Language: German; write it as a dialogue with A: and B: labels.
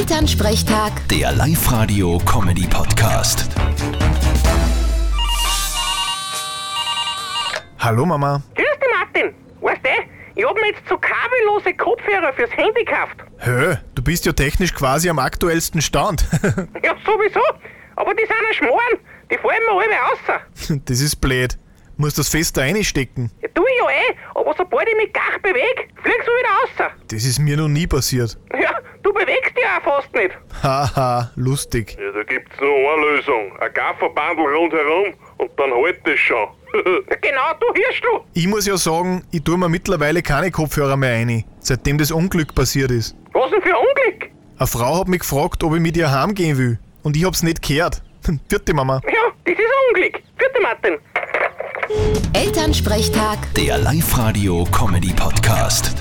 A: Elternsprechtag,
B: Der Live-Radio-Comedy-Podcast.
C: Hallo Mama.
D: Grüß dich, Martin. Weißt du, ich hab mir jetzt so kabellose Kopfhörer fürs Handy gekauft.
C: Hö, du bist ja technisch quasi am aktuellsten Stand.
D: Ja, sowieso. Aber die sind ein Schmoren. Die fallen mir alle raus.
C: das ist blöd. Muss das fest da reinstecken.
D: Ja, tu ich ja eh, aber sobald ich mich gar bewege, fliegst du wieder raus.
C: Das ist mir noch nie passiert.
D: Ja, du bewegst dich auch fast nicht.
C: Haha, lustig.
E: Ja, da gibt's nur eine Lösung. Ein Gafferbandel rundherum und dann halt das schon.
D: Ja, genau, du hörst du.
C: Ich muss ja sagen, ich tue mir mittlerweile keine Kopfhörer mehr ein, seitdem das Unglück passiert ist.
D: Was denn für ein Unglück?
C: Eine Frau hat mich gefragt, ob ich mit ihr heimgehen will. Und ich hab's nicht gehört. Vierte Mama.
D: Ja, das ist ein Unglück. Vierte Martin.
A: Elternsprechtag.
B: Der Live-Radio-Comedy-Podcast.